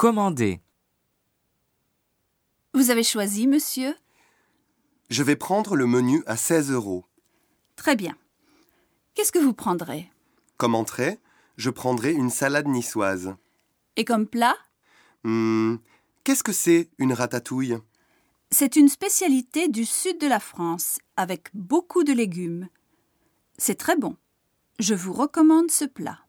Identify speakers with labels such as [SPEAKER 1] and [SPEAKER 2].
[SPEAKER 1] Commander.
[SPEAKER 2] Vous avez choisi, monsieur
[SPEAKER 3] Je vais prendre le menu à 16 euros.
[SPEAKER 2] Très bien. Qu'est-ce que vous prendrez
[SPEAKER 3] Comme entrée, je prendrai une salade niçoise.
[SPEAKER 2] Et comme plat
[SPEAKER 3] Hmm, Qu'est-ce que c'est une ratatouille
[SPEAKER 2] C'est une spécialité du sud de la France, avec beaucoup de légumes. C'est très bon. Je vous recommande ce plat.